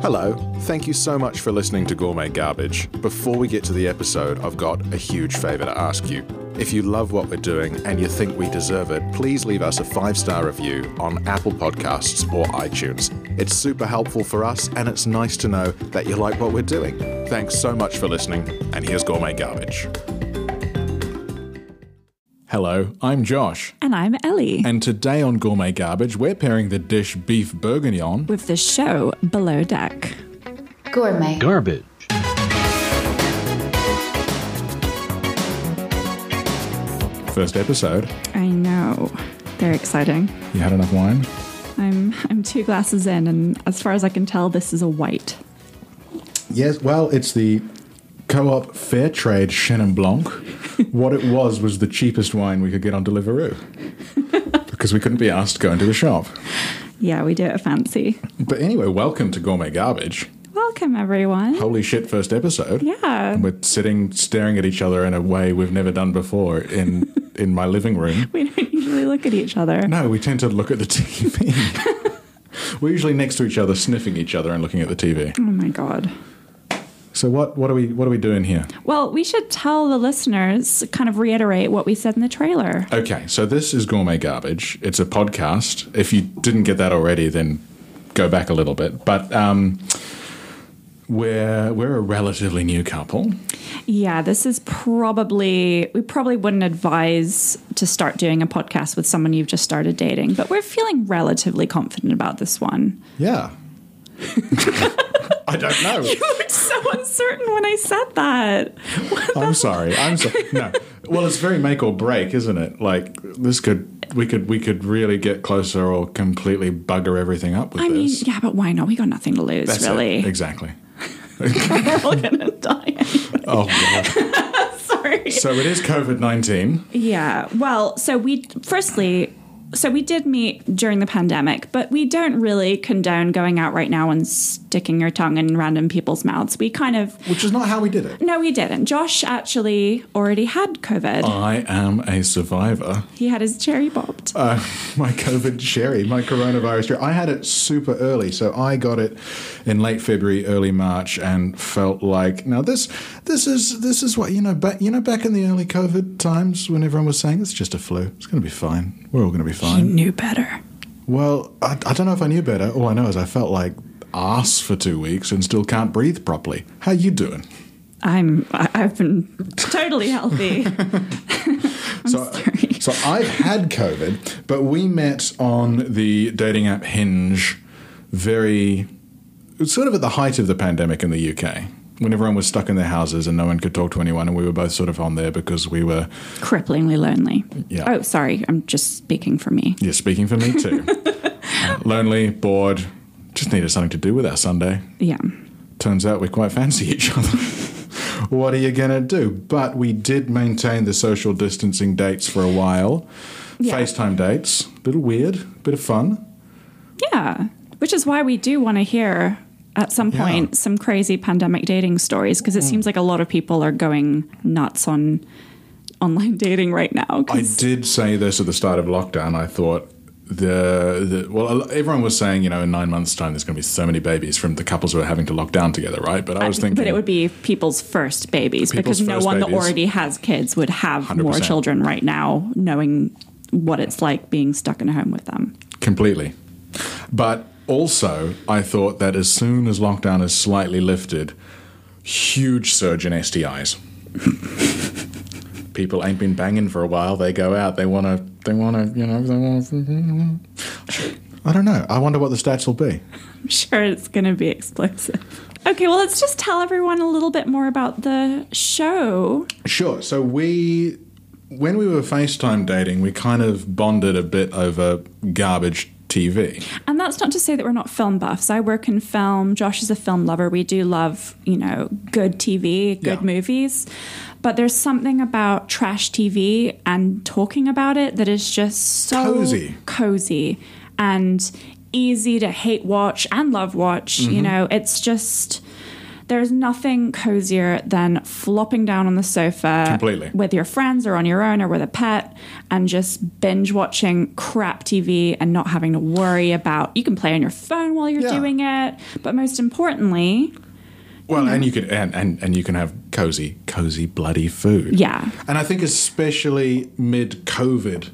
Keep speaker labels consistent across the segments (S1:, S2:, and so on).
S1: Hello, thank you so much for listening to Gourmet Garbage. Before we get to the episode, I've got a huge favour to ask you. If you love what we're doing and you think we deserve it, please leave us a five star review on Apple Podcasts or iTunes. It's super helpful for us, and it's nice to know that you like what we're doing. Thanks so much for listening, and here's Gourmet Garbage. Hello, I'm Josh,
S2: And I'm Ellie.
S1: and today on Gourmet Garbage, we're pairing the dish beef bourguignon
S2: with the show Below Deck.
S3: Gourmet.
S4: Garbage.
S1: First episode.
S2: I know. They're exciting.
S1: You had enough wine?
S2: I'm I'm two glasses in and as far as I can tell this is a white.
S1: Yes, well, it's the co-op fair trade Chenin Blanc. what it was was the cheapest wine we could get on Deliveroo. because we couldn't be asked to go into the shop.
S2: Yeah, we do it fancy.
S1: But anyway, welcome to Gourmet Garbage.
S2: Welcome everyone.
S1: Holy shit, first episode.
S2: Yeah.
S1: We're sitting staring at each other in a way we've never done before in in my living room.
S2: We don't usually look at each other.
S1: No, we tend to look at the TV. We're usually next to each other, sniffing each other and looking at the TV.
S2: Oh my god.
S1: So what, what are we what are we doing here?
S2: Well, we should tell the listeners kind of reiterate what we said in the trailer.
S1: Okay, so this is Gourmet Garbage. It's a podcast. If you didn't get that already, then go back a little bit. But um, we're we're a relatively new couple.
S2: Yeah, this is probably we probably wouldn't advise to start doing a podcast with someone you've just started dating, but we're feeling relatively confident about this one.
S1: Yeah. I don't know.
S2: looked so uncertain when I said that.
S1: I'm sorry. I'm sorry. No. Well, it's very make or break, isn't it? Like this could we could we could really get closer or completely bugger everything up with
S2: I mean,
S1: this.
S2: yeah, but why not? We got nothing to lose,
S1: That's it.
S2: really.
S1: Exactly.
S2: We're all gonna die.
S1: Oh god.
S2: Sorry.
S1: so it is COVID nineteen.
S2: Yeah. Well, so we firstly, so we did meet during the pandemic, but we don't really condone going out right now and sticking your tongue in random people's mouths. We kind of
S1: Which is not how we did it.
S2: no, we didn't. Josh actually already had COVID.
S1: I am a survivor.
S2: He had his cherry popped.
S1: my COVID cherry, my coronavirus cherry. I had it super early, so I got it in late February, early March, and felt like now this this is this is what you know. But you know, back in the early COVID times, when everyone was saying it's just a flu, it's going to be fine. We're all going to be
S2: he
S1: fine.
S2: knew better.
S1: Well, I, I don't know if I knew better. All I know is I felt like ass for two weeks and still can't breathe properly. How you doing?
S2: I'm. I, I've been totally healthy.
S1: so, so I've had COVID, but we met on the dating app Hinge very it was sort of at the height of the pandemic in the UK. When everyone was stuck in their houses and no one could talk to anyone, and we were both sort of on there because we were,
S2: cripplingly lonely.
S1: Yeah.
S2: Oh, sorry. I'm just speaking for me.
S1: yeah, speaking for me too, lonely, bored, just needed something to do with our Sunday.
S2: Yeah.
S1: Turns out we quite fancy each other. what are you going to do? But we did maintain the social distancing dates for a while.
S2: Yeah.
S1: FaceTime dates, little weird, bit of fun.
S2: Yeah. Which is why we do want to hear at some point some crazy pandemic dating stories because it
S1: Mm.
S2: seems like a lot of people are going nuts on online dating right now.
S1: I
S2: 'cause-
S1: did say this at the start of lockdown. I thought the, the well, everyone was saying, you know, in nine months' time, there's going to be so many babies from the couples who are having to lock down together, right? But I was thinking,
S2: but it would be people's first babies
S1: People's
S2: because no
S1: first
S2: one that
S1: babies.
S2: already has kids would have more
S1: 100%.
S2: children right now, knowing what it's like being stuck in a home with them.
S1: Completely. But also, I thought that as soon as lockdown is slightly lifted, huge surge in STIs. People ain't been banging for a while. They go out. They want to. They want to. You know. They want to. I don't know. I wonder what the stats will be.
S2: I'm sure it's going to be explosive. Okay, well, let's just tell everyone a little bit more about the show.
S1: Sure. So we, when we were FaceTime dating, we kind of bonded a bit over garbage TV.
S2: And that's not to say that we're not film buffs. I work in film. Josh is a film lover. We do love, you know, good TV, good
S1: Yeah.
S2: movies. But there's something about trash TV and talking about it that is just so
S1: Cozy.
S2: cozy
S1: Mm-hmm.
S2: and easy to hate watch and love watch. You know, it's just There's nothing cozier than flopping down on the sofa
S1: Completely.
S2: with your friends or on your own or with a pet and just binge watching crap TV and not having to worry about. You can play on your phone while you're
S1: Yeah.
S2: doing it, but most importantly,
S1: Well, and you can and, and, and you can have cozy, cozy bloody food.
S2: Yeah.
S1: And I think especially mid COVID,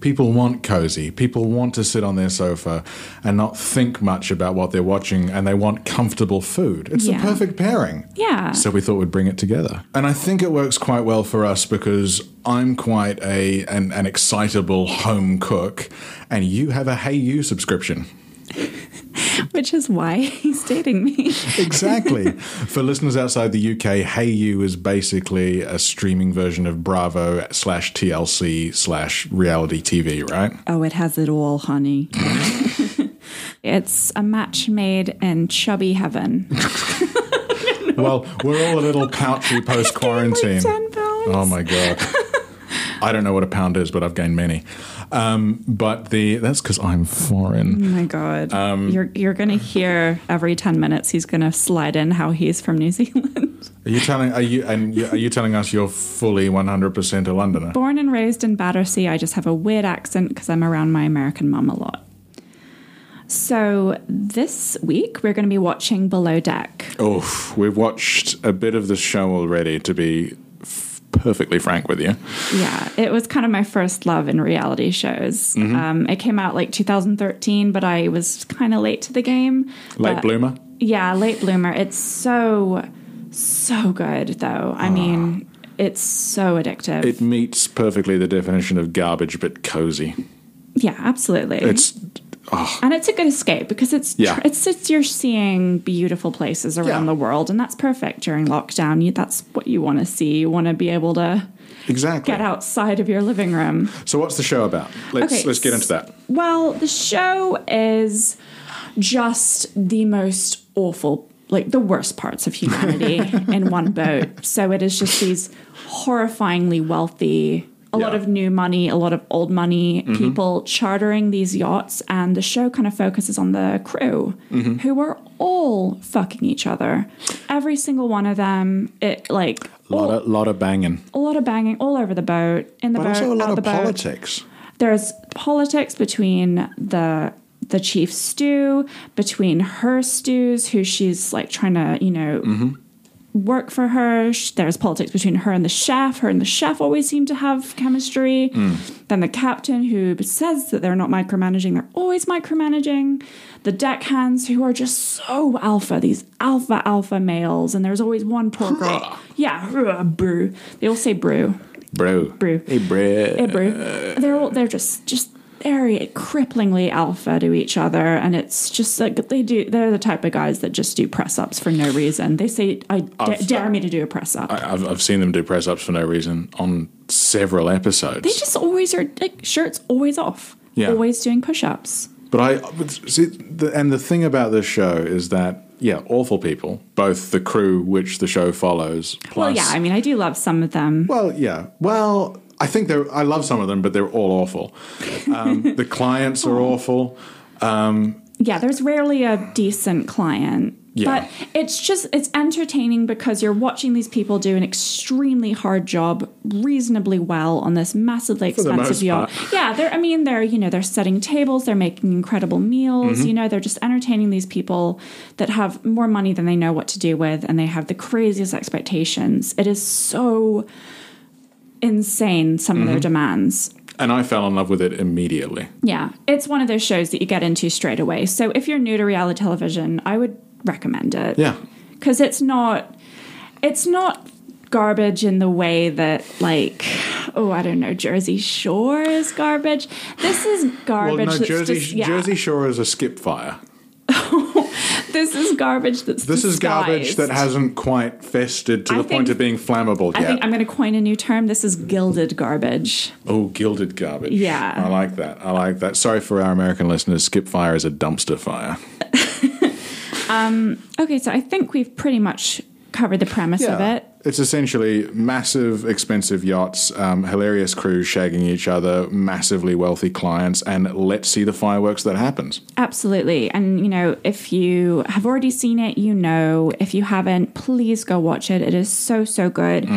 S1: people want cozy. People want to sit on their sofa and not think much about what they're watching and they want comfortable food. It's
S2: Yeah.
S1: the perfect pairing.
S2: yeah.
S1: So we thought we'd bring it together. And I think it works quite well for us because I'm quite a an, an excitable home cook and you have a Hey You subscription.
S2: which is why he's dating me.
S1: exactly. For listeners outside the UK, Hey You is basically a streaming version of Bravo slash TLC slash reality TV, right?
S2: Oh, it has it all, honey. it's a match made in chubby heaven.
S1: Well, we're all a little pouchy post quarantine.
S2: Ten pounds.
S1: Oh my god. I don't know what a pound is, but I've gained many. Um, but the that's because I'm foreign.
S2: Oh my god. you're you're gonna hear every ten minutes he's gonna slide in how he's from New Zealand.
S1: Are you telling? Are you and you- are you telling us you're fully 100 percent a Londoner?
S2: Born and raised in Battersea, I just have a weird accent because I'm around my American mum a lot. So this week we're gonna be watching Below Deck.
S1: Oof, we've watched a bit of the show already. To be f- perfectly frank with you,
S2: Yeah, it was kind of my first love in reality shows.
S1: Mm-hmm.
S2: Um, it came out like 2013, but I was kind of late to the game.
S1: late
S2: But-
S1: bloomer.
S2: Yeah, late bloomer. It's so, so good though. I mean, it's so addictive.
S1: Ah. It meets perfectly the definition of garbage, but cozy.
S2: yeah, absolutely.
S1: It's
S2: and it's a good escape because it's
S1: Yeah.
S2: tr- it's it's you're seeing beautiful places around
S1: Yeah.
S2: the world, and that's perfect during lockdown. You, that's what you want to see. You want to be able to
S1: exactly.
S2: get outside of your living room.
S1: So, what's the show about? Let's
S2: Okay,
S1: let's get into that.
S2: Well, the show is just the most awful, like the worst parts of humanity in one boat. So it is just these horrifyingly wealthy, a lot
S1: Yeah. Mm-hmm.
S2: of new money, a lot of old money people chartering these yachts. And the show kind of focuses on the crew
S1: Mm-hmm.
S2: who are all fucking each other. Every single one of them, it like. all-
S1: of, lot of banging,
S2: a lot of banging all over the boat, in the
S1: but
S2: boat,
S1: also a
S2: out
S1: lot
S2: the
S1: of
S2: boat
S1: politics.
S2: there's politics between the the chief stew between her stews who she's like trying to you know work for her Sh- there's politics between her and the chef her and the chef always seem to have chemistry then the captain who says that they're not micromanaging they're always micromanaging the deckhands who are just so alpha these alpha alpha males and there's always one poor girl yeah brew they all say brew
S1: Bro,
S2: Brew.
S1: hey, bro.
S2: Ibru. They're all, they're just just very cripplingly alpha to each other, and it's just like they do. They're the type of guys that just do press ups for no reason. They say, "I da- dare me to do a press up."
S1: I- I've, I've seen them do press ups for no reason on several episodes.
S2: They just always are like shirts always off,
S1: Yeah.
S2: always doing push ups.
S1: But I but see, the, and the thing about this show is that yeah, awful people, both the crew which the show follows. Plus,
S2: Well, yeah, I mean, I do love some of them.
S1: well, yeah, well, I think they're. I love some of them, but they're all awful. Um, the clients are awful.
S2: yeah, there's rarely a decent client.
S1: Yeah.
S2: But it's just it's entertaining because you're watching these people do an extremely hard job reasonably well on this massively
S1: the
S2: expensive
S1: most
S2: yacht. Yeah, they're I mean they're you know they're setting tables, they're making incredible meals,
S1: Mm-hmm.
S2: you know, they're just entertaining these people that have more money than they know what to do with and they have the craziest expectations. It is so insane some of
S1: Mm-hmm.
S2: their demands.
S1: And I fell in love with it immediately.
S2: Yeah, it's one of those shows that you get into straight away. So if you're new to reality television, I would recommend it.
S1: Yeah.
S2: Cuz it's not it's not garbage in the way that like oh, I don't know, Jersey Shore is garbage. This is
S1: Well,
S2: garbage
S1: no,
S2: that's
S1: Jersey,
S2: just- yeah.
S1: Jersey Shore is a skip fire.
S2: This is garbage that's
S1: This is garbage that
S2: disguised.
S1: hasn't quite fested to
S2: I
S1: the point
S2: think-
S1: of being flammable
S2: I
S1: yet.
S2: think I'm going to coin a new term. This is gilded garbage.
S1: oh, gilded garbage.
S2: Yeah.
S1: I like that. I like that. Sorry for our American listeners. Skip fire is a dumpster fire.
S2: Okay, so I think we've pretty much covered the premise of
S1: Yeah.
S2: it.
S1: It's essentially massive, expensive yachts, um, hilarious crews shagging each other, massively wealthy clients, and let's see the fireworks that happens.
S2: Absolutely. And, you know, if you have already seen it, you know. If you haven't, please go watch it. It is so, so good.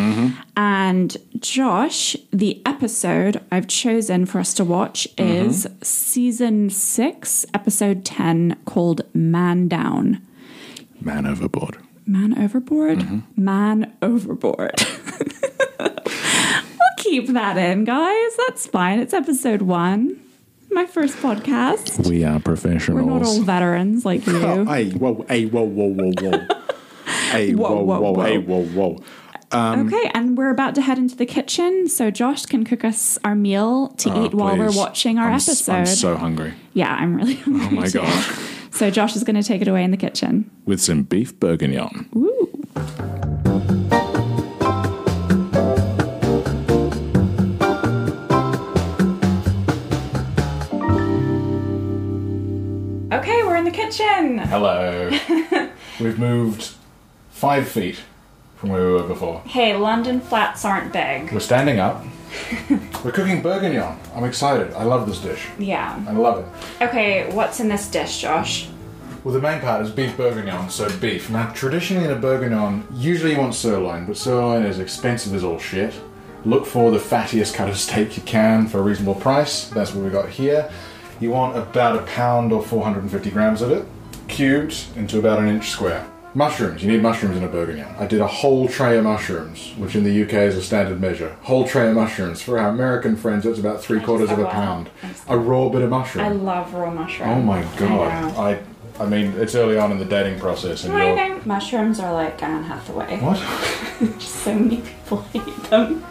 S2: And Josh, the episode I've chosen for us to watch is season six, episode 10, called Man Down.
S1: Man overboard.
S2: Man overboard? Man overboard. we'll keep that in, guys. That's fine. It's episode one. My first podcast.
S1: We are
S2: We're
S1: professionals.
S2: not all veterans like you.
S1: Oh, hey, whoa, hey, whoa, whoa, whoa, whoa. hey, whoa, whoa,
S2: Whoa, whoa,
S1: whoa,
S2: whoa.
S1: hey, whoa, whoa.
S2: okay, and we're about to head into the kitchen, so Josh can cook us our meal to
S1: Oh,
S2: eat while we're
S1: please.
S2: watching our
S1: I'm s-
S2: episode.
S1: I'm so hungry.
S2: yeah, I'm really.
S1: Oh my God.
S2: So Josh is going to take it away in the kitchen.
S1: With some beef bourguignon.
S2: Ooh. Okay, we're in the kitchen.
S1: Hello. We've moved five feet from where we were before.
S2: Hey, London flats aren't big.
S1: We're standing up. We're cooking bourguignon. I'm excited. I love this dish.
S2: Yeah.
S1: I love it.
S2: Okay, what's in this dish, Josh?
S1: Well, the main part is beef bourguignon, so beef. Now, traditionally in a bourguignon, usually you want sirloin, but sirloin is expensive as all shit. Look for the fattiest cut of steak you can for a reasonable price. That's what we got here. You want about a pound or 450 grams of it, cubed into about an inch square. Mushrooms. You need mushrooms in a bourguignon. I did a whole tray of mushrooms, which in the UK is a standard measure. Whole tray of mushrooms. For our American friends, that's about three quarters of a
S2: wow.
S1: pound. A raw bit of mushroom.
S2: I love raw mushrooms.
S1: Oh my god!
S2: know.
S1: I, I mean, it's early on in the dating process, and
S2: I
S1: you're
S2: think mushrooms are like Anne Hathaway.
S1: what?
S2: So many people hate them.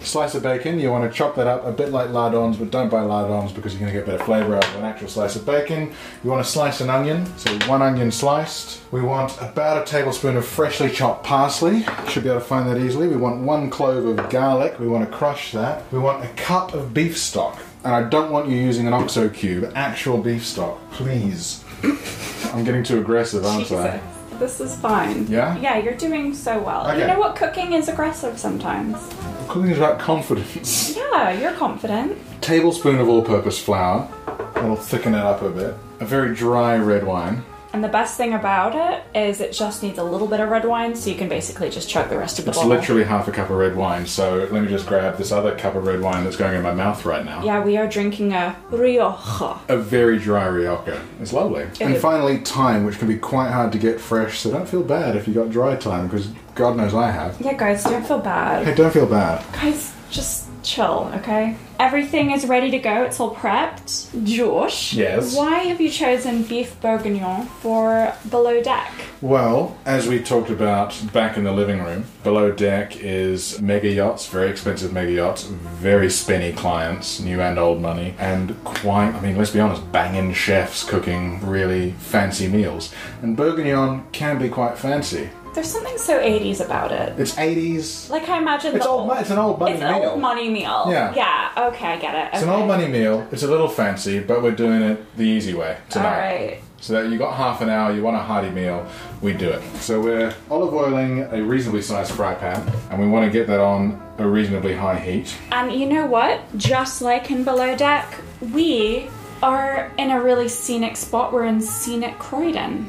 S1: Slice of bacon. You want to chop that up a bit like lardons, but don't buy lardons because you're going to get better flavour out of an actual slice of bacon. You want to slice an onion, so one onion sliced. We want about a tablespoon of freshly chopped parsley. Should be able to find that easily. We want one clove of garlic. We want to crush that. We want a cup of beef stock, and I don't want you using an oxo cube. Actual beef stock, please. I'm getting too aggressive, aren't I?
S2: This is fine.
S1: Yeah?
S2: Yeah, you're doing so well.
S1: Okay.
S2: You know what? Cooking is aggressive sometimes.
S1: Cooking is about confidence.
S2: Yeah, you're confident.
S1: Tablespoon of all-purpose flour. That'll thicken it up a bit. A very dry red wine.
S2: And the best thing about it is it just needs a little bit of red wine, so you can basically just chug the rest of the
S1: It's
S2: bottle.
S1: literally half a cup of red wine, so let me just grab this other cup of red wine that's going in my mouth right now.
S2: yeah, we are drinking a Rioja.
S1: A very dry Rioja. It's lovely. and
S2: is.
S1: finally, thyme, which can be quite hard to get fresh, so don't feel bad if you got dry thyme, because God knows I have.
S2: Yeah, guys, don't feel bad.
S1: Hey, don't feel bad.
S2: Guys, just chill, okay? Everything is ready to go. It's all prepped. Josh,
S1: Yes?
S2: Why have you chosen beef bourguignon for below deck?
S1: Well, as we talked about back in the living room, below deck is mega yachts, very expensive mega yachts, very spinny clients, new and old money, and quite, I mean, let's be honest, banging chefs cooking really fancy meals. And bourguignon can be quite fancy.
S2: There's something so 80s about it.
S1: It's 80s.
S2: Like I imagine
S1: It's
S2: the
S1: old. mo- It's an old money
S2: It's an
S1: meal.
S2: old money meal.
S1: Yeah.
S2: Yeah. Okay, I get it.
S1: It's an old money meal. It's a little fancy, but we're doing it the easy way
S2: All
S1: tonight.
S2: right.
S1: So that you got half an hour, you want a hearty meal, we do it. So we're olive oiling a reasonably sized fry pan, and we want to get that on a reasonably high heat.
S2: And you know what? Just like in Below Deck, we are in a really scenic spot. We're in scenic Croydon,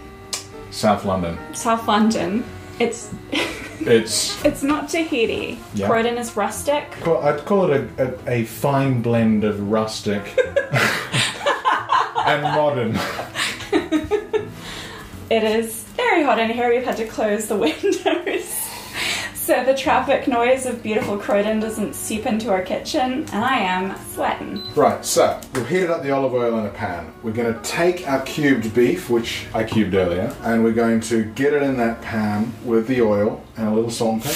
S1: South London.
S2: South London. It's
S1: It's
S2: it's not Tahiti.
S1: Yeah.
S2: Croydon is rustic.
S1: well, I'd call it a, a, a fine blend of rustic and modern.
S2: It is very hot in here. We've had to close the windows. So the traffic noise of beautiful Croydon doesn't seep into our kitchen, and I am sweating.
S1: Right, so we've heated up the olive oil in a pan. We're going to take our cubed beef, which I cubed earlier, and we're going to get it in that pan with the oil and a little salt and pepper.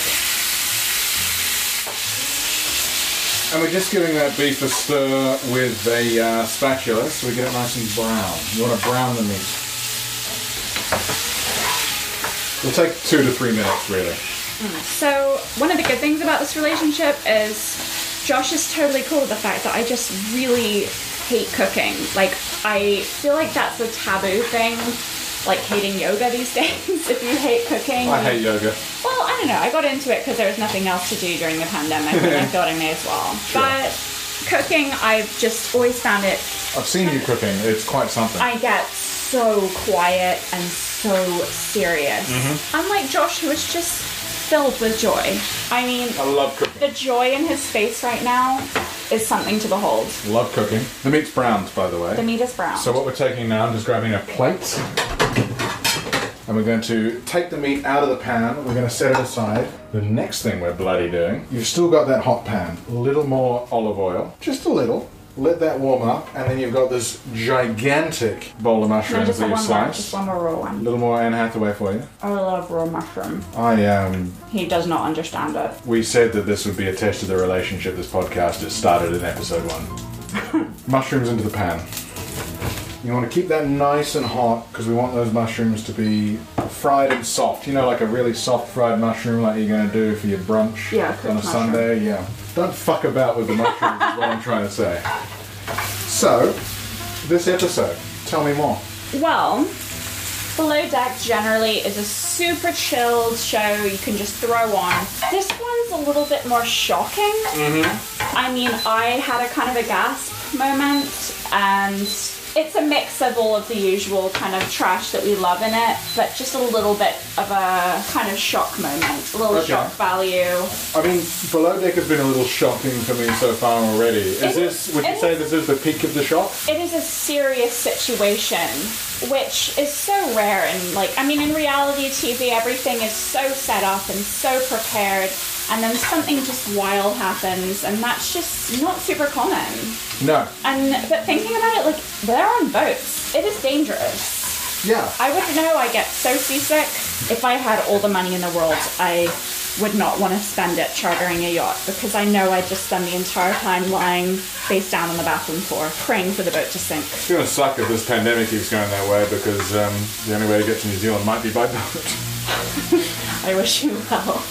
S1: And we're just giving that beef a stir with a uh, spatula so we get it nice and brown. You want to brown the meat. It'll take two to three minutes, really.
S2: So one of the good things about this relationship is Josh is totally cool with the fact that I just really hate cooking. Like I feel like that's a taboo thing like hating yoga these days. if you hate cooking,
S5: I hate yoga.
S2: well, I don't know. I got into it because there was nothing else to do during the pandemic, and I thought I may as well. But cooking, I've just always found it.
S5: I've seen you cooking. It's quite something.
S2: I get so quiet and so serious.
S5: Mm-hmm.
S2: Unlike Josh, who is just filled with joy. I mean,
S5: I love cooking.
S2: the joy in his face right now is something to behold.
S5: Love cooking. The meat's browned, by the way.
S2: The meat is brown.
S5: So what we're taking now, I'm just grabbing a plate. And we're going to take the meat out of the pan. We're going to set it aside. The next thing we're bloody doing, you've still got that hot pan. A little more olive oil. Just a little. Let that warm up. And then you've got this gigantic bowl of
S2: Can I
S5: mushrooms
S2: just
S5: that
S2: have
S5: you
S2: one more, just
S5: slice.
S2: one more raw
S5: A
S2: one.
S5: little more Anne Hathaway for you.
S2: I love raw mushroom.
S5: I Um,
S2: He does not understand it.
S5: we said that this would be a test of the relationship this podcast. It started in episode one. mushrooms into the pan. You want to keep that nice and hot because we want those mushrooms to be fried and soft. You know, like a really soft fried mushroom, like you're going to do for your brunch
S2: Yeah,
S5: on a
S2: cooked
S5: Sunday. Yeah. Don't fuck about with the mushrooms, is what I'm trying to say. So, this episode, tell me more.
S2: Well, Below Deck generally is a super chilled show you can just throw on. This one's a little bit more shocking. I mean, I had a kind of a gasp moment, and it's a mix of all of the usual kind of trash that we love in it, but just a little bit of a kind of shock moment, a little
S5: Okay.
S2: shock value.
S5: I mean, Below Deck has been a little shocking for me so far already. Is
S2: It-
S5: this, would you
S2: it-
S5: say this is the peak of the shock?
S2: it is a serious situation which is so rare and like i mean in reality tv everything is so set up and so prepared and then something just wild happens and that's just not super common
S5: No.
S2: and but thinking about it like they're on boats it is dangerous
S5: Yeah.
S2: i would know i get so seasick if i had all the money in the world i would not want to spend it chartering a yacht because I know I'd just spend the entire time lying face down on the bathroom floor praying for the boat to sink.
S5: It's going to suck if this pandemic keeps going that way because um, the only way to get to New Zealand might be by boat.
S2: I wish you well.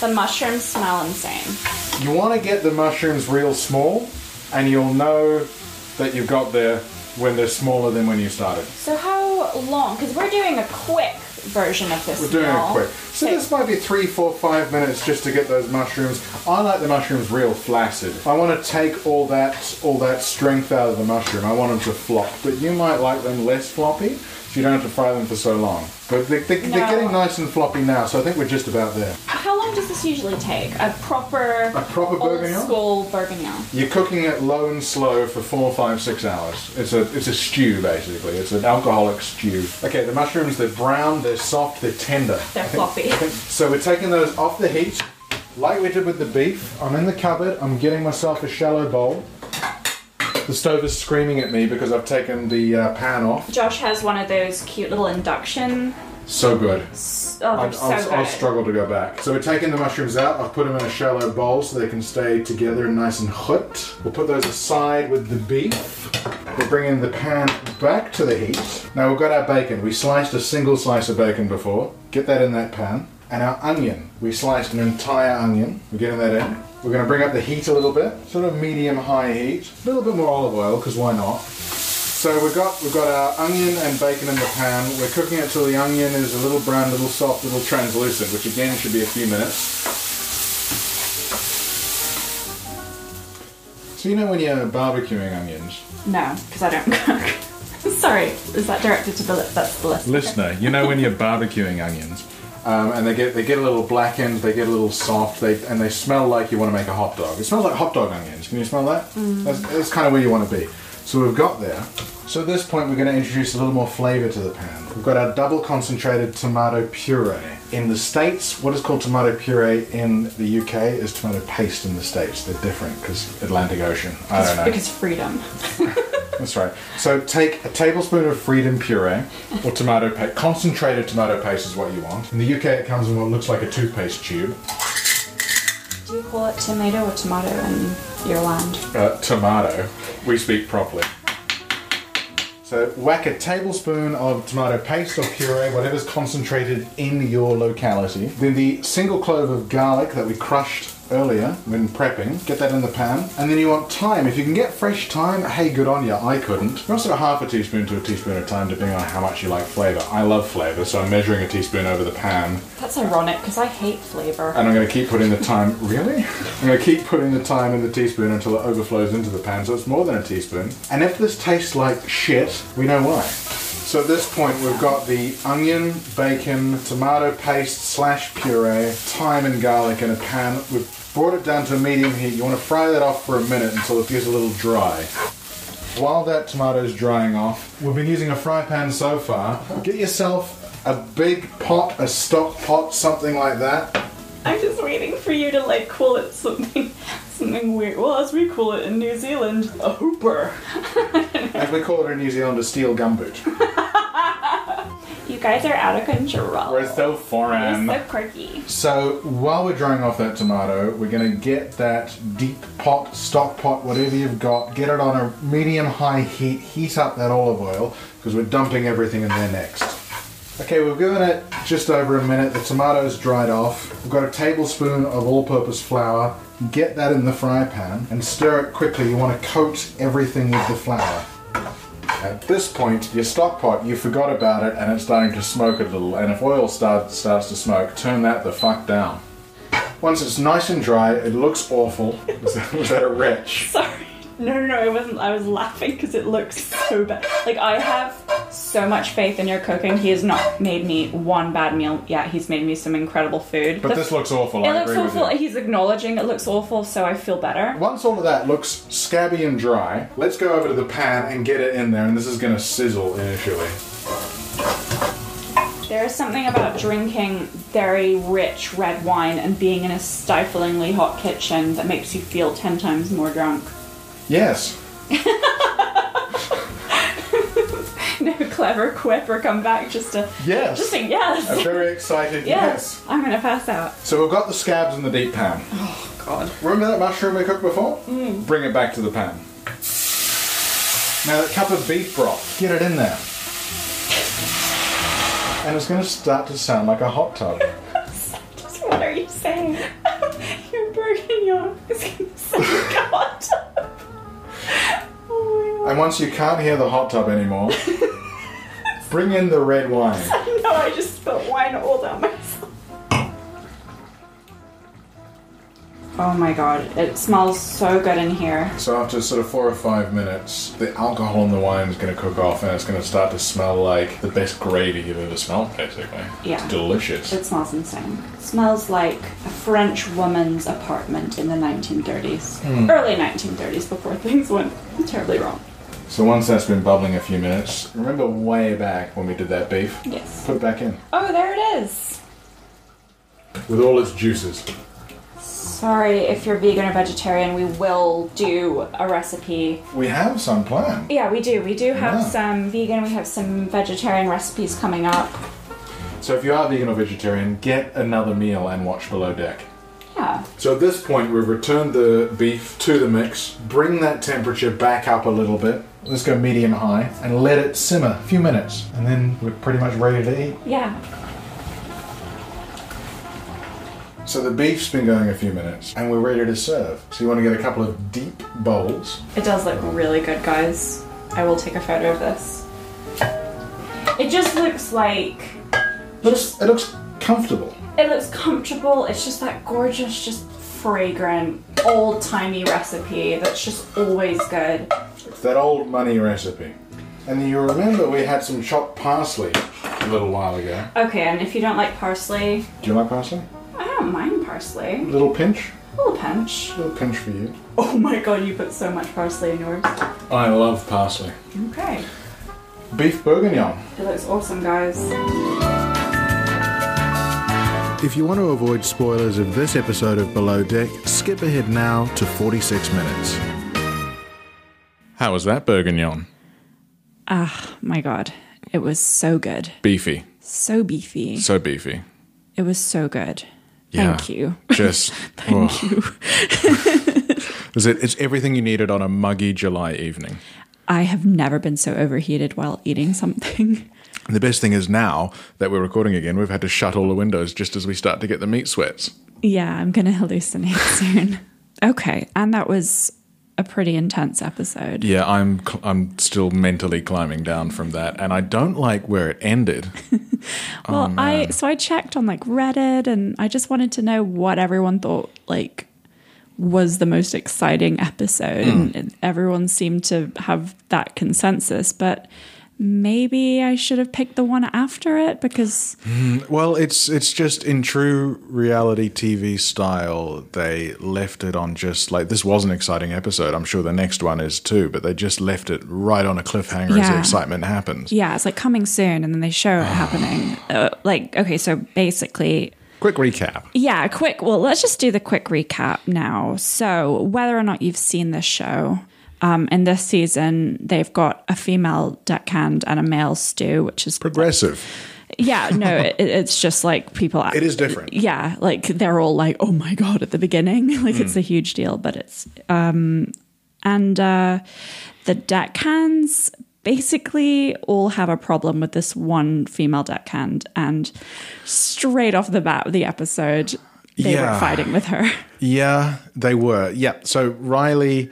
S2: the mushrooms smell insane.
S5: You want to get the mushrooms real small, and you'll know that you've got there when they're smaller than when you started.
S2: So how long? Because we're doing a quick version of this.
S5: We're doing it
S2: meal.
S5: quick. So this might be three, four, five minutes just to get those mushrooms. I like the mushrooms real flaccid. I want to take all that all that strength out of the mushroom. I want them to flop, but you might like them less floppy. So you don't have to fry them for so long. But they, they,
S2: No.
S5: they're getting nice and floppy now, so I think we're just about there.
S2: How long does this usually take? A proper,
S5: A proper bourguignon?
S2: old school bourguignon.
S5: You're cooking it low and slow for four, five, six hours. It's a it's a stew basically. It's an alcoholic stew. Okay, the mushrooms they're brown, they're soft, they're tender.
S2: They're floppy.
S5: So we're taking those off the heat, like we did with the beef. I'm in the cupboard. I'm getting myself a shallow bowl. The stove is screaming at me because I've taken the uh, pan off.
S2: Josh has one of those cute little induction.
S5: So good.
S2: s- Oh, they're
S5: I'll,
S2: so
S5: I'll,
S2: good.
S5: I'll struggle to go back. So we're taking the mushrooms out. I've put them in a shallow bowl so they can stay together and nice and hot. We'll put those aside with the beef. We're bringing the pan back to the heat. Now we've got our bacon. We sliced a single slice of bacon before. Get that in that pan. And our onion. We sliced an entire onion. We're getting that in. We're going to bring up the heat a little bit, sort of medium-high heat. A little bit more olive oil, because why not? So we've got we've got our onion and bacon in the pan. We're cooking it till the onion is a little brown, little soft, little translucent, which again should be a few minutes. So you know when you're barbecuing onions,
S2: No, because I don't cook. Sorry, is that directed to the list? That's the list.
S5: listener, you know when you're barbecuing onions, um, and they get they get a little blackened, they get a little soft, they and they smell like you want to make a hot dog. It smells like hot dog onions. Can you smell that? That's, that's kind of where you want to be. So we've got there. So at this point, we're going to introduce a little more flavour to the pan. We've got our double concentrated tomato puree. In the States, what is called tomato puree in the UK is tomato paste in the States. They're different because Atlantic Ocean. I don't know.
S2: Because freedom.
S5: That's right. So take a tablespoon of freedom puree or tomato paste. Concentrated tomato paste is what you want. In the UK, it comes in what looks like a toothpaste tube.
S2: Do you call it tomato or tomato in your land?
S5: Uh, tomato. We speak properly. So whack a tablespoon of tomato paste or puree, whatever's concentrated in your locality. Then the single clove of garlic that we crushed earlier when prepping. Get that in the pan. And then you want thyme. If you can get fresh thyme, hey, good on you. I couldn't. You're also a half a teaspoon to a teaspoon of thyme, depending on how much you like flavour. I love flavour, so I'm measuring a teaspoon over the pan.
S2: That's ironic because I hate flavour.
S5: And I'm going to keep putting the thyme. Really? I'm going to keep putting the thyme in the teaspoon until it overflows into the pan, so it's more than a teaspoon. And if this tastes like shit, we know why. So at this point, we've got the onion, bacon, tomato paste slash puree, thyme and garlic in a pan. We've brought it down to a medium heat. You want to fry that off for a minute until it gets a little dry. While that tomato's drying off, we've been using a fry pan so far. Get yourself a big pot, a stock pot, something like that.
S2: I'm just waiting for you to like call it something, something weird. Well, as we call it in New Zealand, a hooper.
S5: As we call it in New Zealand, a steel gumboot.
S2: You guys are out of control.
S5: We're so foreign.
S2: You're so quirky.
S5: So while we're drying off that tomato, we're going to get that deep pot, stock pot, whatever you've got, get it on a medium high heat, heat up that olive oil because we're dumping everything in there next. Okay, we've given it just over a minute. The tomato's dried off. We've got a tablespoon of all-purpose flour. Get that in the fry pan and stir it quickly. You want to coat everything with the flour. At this point, your stock pot, you forgot about it and it's starting to smoke a little. And if oil start, starts to smoke, turn that the fuck down. Once it's nice and dry, it looks awful. Was that, was that a retch?
S2: Sorry. No, no, no, it wasn't. I was laughing because it looks so bad. Like, I have so much faith in your cooking. He has not made me one bad meal yet. He's made me some incredible food.
S5: But
S2: The-
S5: this looks awful.
S2: It
S5: I
S2: looks
S5: agree
S2: awful.
S5: with you.
S2: He's acknowledging it looks awful, so I feel better.
S5: Once all of that looks scabby and dry, let's go over to the pan and get it in there. And this is going to sizzle initially.
S2: There is something about drinking very rich red wine and being in a stiflingly hot kitchen that makes you feel 10 times more drunk.
S5: Yes.
S2: No clever quip or come back just to
S5: Yes.
S2: just a yes.
S5: I'm very excited.
S2: yes.
S5: Yes.
S2: I'm gonna pass out. Oh,
S5: So we've got the scabs in the deep pan.
S2: God.
S5: Remember that mushroom we cooked before? Bring it back to the pan. Now that cup of beef broth, get it in there. And it's going to start to sound like a hot tub.
S2: Just what are you saying? Your bourguignon is gonna sound God. oh
S5: And once you can't hear the hot tub anymore, bring in the red wine.
S2: my god. No, I just spilled wine all down myself. Oh my god, it smells so good in here.
S5: So after sort of four or five minutes, the alcohol in the wine is going to cook off, and it's going to start to smell like the best gravy you've ever smelled, basically.
S2: Yeah.
S5: It's delicious.
S2: It smells insane. smells like a French woman's apartment in the 1930s. Early 1930s, before things went terribly wrong.
S5: So once that's been bubbling a few minutes, remember way back when we did that beef?
S2: Yes.
S5: Put it back in.
S2: Oh, there it is!
S5: with all its juices.
S2: Sorry if you're vegan or vegetarian, we will do a recipe.
S5: We have some planned.
S2: Yeah, we do. We do have
S5: Yeah.
S2: some vegan, we have some vegetarian recipes coming up.
S5: So if you are vegan or vegetarian, get another meal and watch Below Deck.
S2: Yeah.
S5: So at this point, we've returned the beef to the mix. Bring that temperature back up a little bit. Let's go medium high and let it simmer a few minutes, and then we're pretty much ready to eat.
S2: Yeah.
S5: So the beef's been going a few minutes, and we're ready to serve. So you want to get a couple of deep bowls.
S2: It does look really good, guys. I will take a photo of this. It just looks like
S5: Looks, it looks comfortable.
S2: It looks comfortable. It's just that gorgeous, just fragrant, old timey recipe that's just always good.
S5: It's that old money recipe. And you remember we had some chopped parsley a little while ago.
S2: Okay, and if you don't like parsley,
S5: Do you like parsley?
S2: I don't mind parsley.
S5: Little pinch.
S2: A little pinch.
S5: Little pinch for you.
S2: Oh my god, you put so much parsley in yours.
S5: I love parsley.
S2: Okay.
S5: Beef bourguignon.
S2: It looks awesome, guys.
S5: If you want to avoid spoilers of this episode of Below Deck, skip ahead now to 46 minutes. How was that bourguignon?
S2: Ah,
S1: My God, it was so good,
S5: Beefy.
S1: so beefy.
S5: So beefy.
S1: It was so good. Thank
S5: Yeah.
S1: you.
S5: Just. Thank
S1: oh.
S5: you. it, it's everything you needed on a muggy July evening.
S2: I have never been so overheated while eating something.
S1: And the best thing is now that we're recording again, we've had to shut all the windows just as we start to get the meat sweats.
S2: yeah, I'm going to hallucinate soon. Okay. And that was a pretty intense episode.
S1: Yeah, I'm cl- I'm still mentally climbing down from that, and I don't like where it ended.
S2: Well, I so I checked on like Reddit and I just wanted to know what everyone thought like was the most exciting episode and and everyone seemed to have that consensus, but maybe I should have picked the one after it because
S1: Well, it's it's just in true reality TV style, they left it on just like this was an exciting episode. I'm sure the next one is too, but they just left it right on a cliffhanger as the
S2: Yeah.
S1: excitement happens.
S2: yeah, it's like coming soon and then they show it happening. Uh, like okay, so basically
S1: Quick recap.
S2: Yeah, quick. Well, let's just do the quick recap now. So, whether or not you've seen this show, um, in this season, they've got a female deckhand and a male stew, which is
S1: Progressive.
S2: yeah, no, it, it's just like people.
S1: It is different.
S2: Yeah, like they're all like, "Oh my god!" at the beginning, like it's a huge deal, but it's um, and uh, the deckhands basically all have a problem with this one female deckhand, and straight off the bat of the episode, they
S1: Yeah.
S2: were fighting with her.
S1: Yeah, they were. Yeah. So Riley,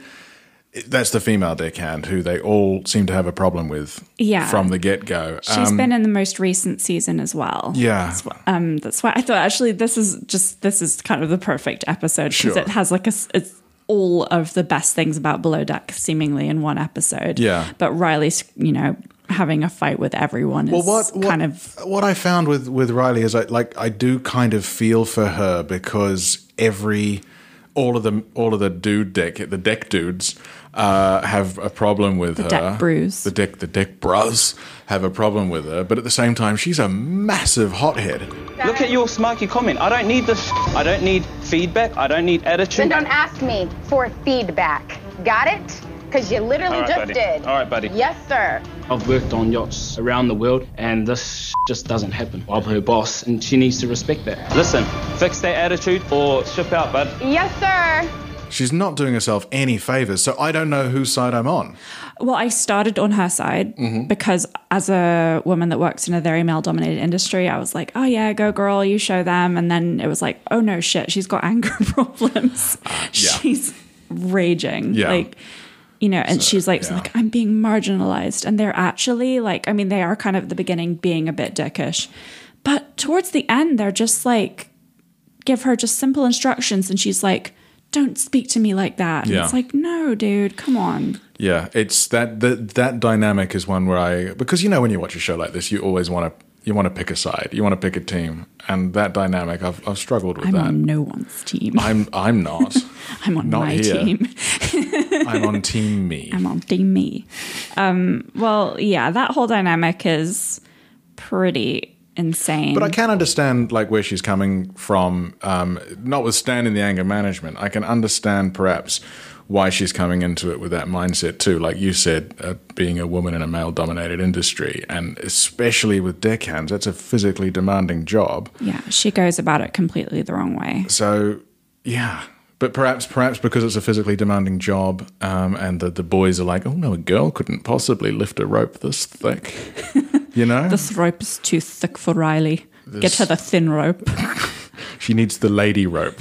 S1: that's the female deckhand who they all seem to have a problem with
S2: Yeah.
S1: from the get go.
S2: She's been in the most recent season as well.
S1: Yeah.
S2: That's wh- um, that's why I thought actually this is just this is kind of the perfect episode because
S1: Sure.
S2: it has like a s- it's all of the best things about Below Deck seemingly in one episode.
S1: Yeah.
S2: But Riley's you know having a fight with everyone is kind of
S1: what I found with with Riley is I like I do kind of feel for her because every all of the all of the dude deck the deck dudes uh, have a problem with her.
S2: deck brews.
S1: The deck the deck bros have a problem with her, but at the same time she's a massive hothead.
S4: Look at your smirky comment. I don't need this. I don't need feedback. I don't need attitude.
S6: Then don't ask me for feedback. Got it? Because you literally
S4: All right,
S6: just
S4: buddy.
S6: did.
S4: All right, buddy.
S6: Yes, sir.
S7: I've worked on yachts around the world, and this just doesn't happen. I'm her boss, and she needs to respect that.
S4: Listen, fix that attitude or ship out, bud.
S6: Yes, sir.
S1: She's not doing herself any favors, so I don't know whose side I'm on.
S2: Well, I started on her side
S1: Mm-hmm.
S2: because as a woman that works in a very male dominated industry, I was like, oh yeah, go girl, you show them. And then it was like, oh no, shit, she's got anger problems. She's raging.
S1: Uh, Yeah.
S2: Like, you know, and she's like,
S1: yeah.
S2: like, I'm being marginalized. And they're actually like, I mean, they are kind of at the beginning being a bit dickish, but towards the end, they're just like, give her just simple instructions. And she's like, don't speak to me like that. And
S1: Yeah.
S2: it's like, no, dude, come on.
S1: Yeah, it's that that that dynamic is one where I because you know when you watch a show like this, you always want to you want to pick a side, you want to pick a team, and that dynamic I've I've struggled with
S2: I'm
S1: that.
S2: on no one's team.
S1: I'm I'm not.
S2: I'm on
S1: not
S2: my
S1: here.
S2: team.
S1: I'm on team me.
S2: I'm on team me. Um, well, yeah, that whole dynamic is pretty insane.
S1: But I can understand like where she's coming from. Um, notwithstanding the anger management, I can understand perhaps why she's coming into it with that mindset too. Like you said, uh, being a woman in a male-dominated industry, and especially with deckhands, that's a physically demanding job.
S2: yeah, she goes about it completely the wrong way.
S1: So yeah. But perhaps, perhaps because it's a physically demanding job, um, and the, the boys are like, "Oh no, a girl couldn't possibly lift a rope this thick," you know.
S2: This rope is too thick for Riley. Get her the thin rope.
S1: She needs the lady rope.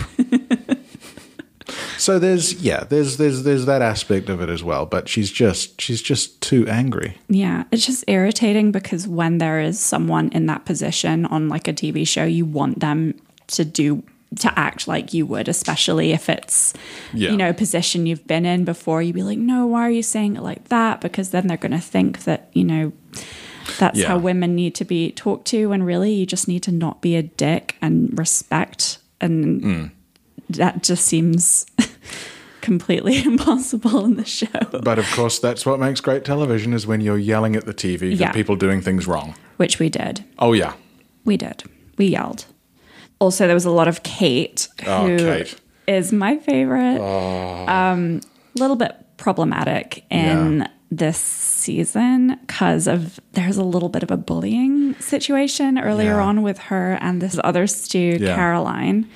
S1: so there's yeah, there's there's there's that aspect of it as well, but she's just she's just too angry.
S2: Yeah, it's just irritating because when there is someone in that position on like a TV show, you want them to do to act like you would, especially if it's
S1: Yeah.
S2: you know a position you've been in before. You'd be like, no, why are you saying it like that? Because then they're going to think that you know that's
S1: Yeah.
S2: how women need to be talked to, when really you just need to not be a dick and respect, and
S1: Mm.
S2: that just seems completely impossible in the show.
S1: But of course that's what makes great television is when you're yelling at the TV for
S2: Yeah.
S1: people doing things wrong.
S2: Which we did.
S1: Oh yeah.
S2: We did. We yelled. Also, there was a lot of Kate, who
S1: Oh,
S2: is
S1: Kate. Oh.
S2: my favorite. A little bit problematic in
S1: Yeah.
S2: this season because of there's a little bit of a bullying situation earlier
S1: Yeah.
S2: on with her and this other stew,
S1: Yeah.
S2: Caroline.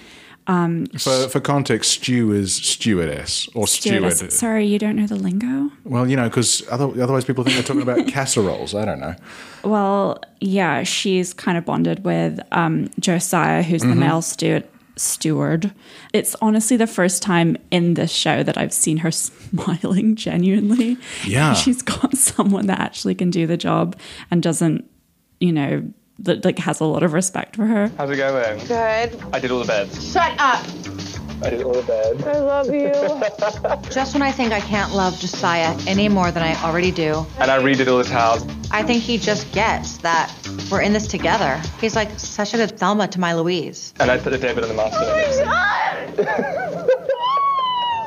S2: Um,
S1: For, for context, stew is stewardess or steward.
S2: stewardess- Sorry, you don't know the lingo?
S1: Well, you know, because other, otherwise people think they're talking about casseroles. I don't know.
S2: Well, yeah, she's kind of bonded with um, Josiah, who's the male steward. Steward. It's honestly the first time in this show that I've seen her smiling genuinely.
S1: Yeah.
S2: she's got someone that actually can do the job and doesn't, you know, that like has a lot of respect for her.
S4: How's it going?
S8: Good.
S4: I did all the beds.
S6: Shut up.
S4: I did all the beds.
S8: I love you.
S9: Just when I think I can't love Josiah any more than I already do,
S4: And I redid all the towels.
S9: I think he just gets that we're in this together. He's like such a good Thelma to my Louise.
S4: And I put the David and the Martin.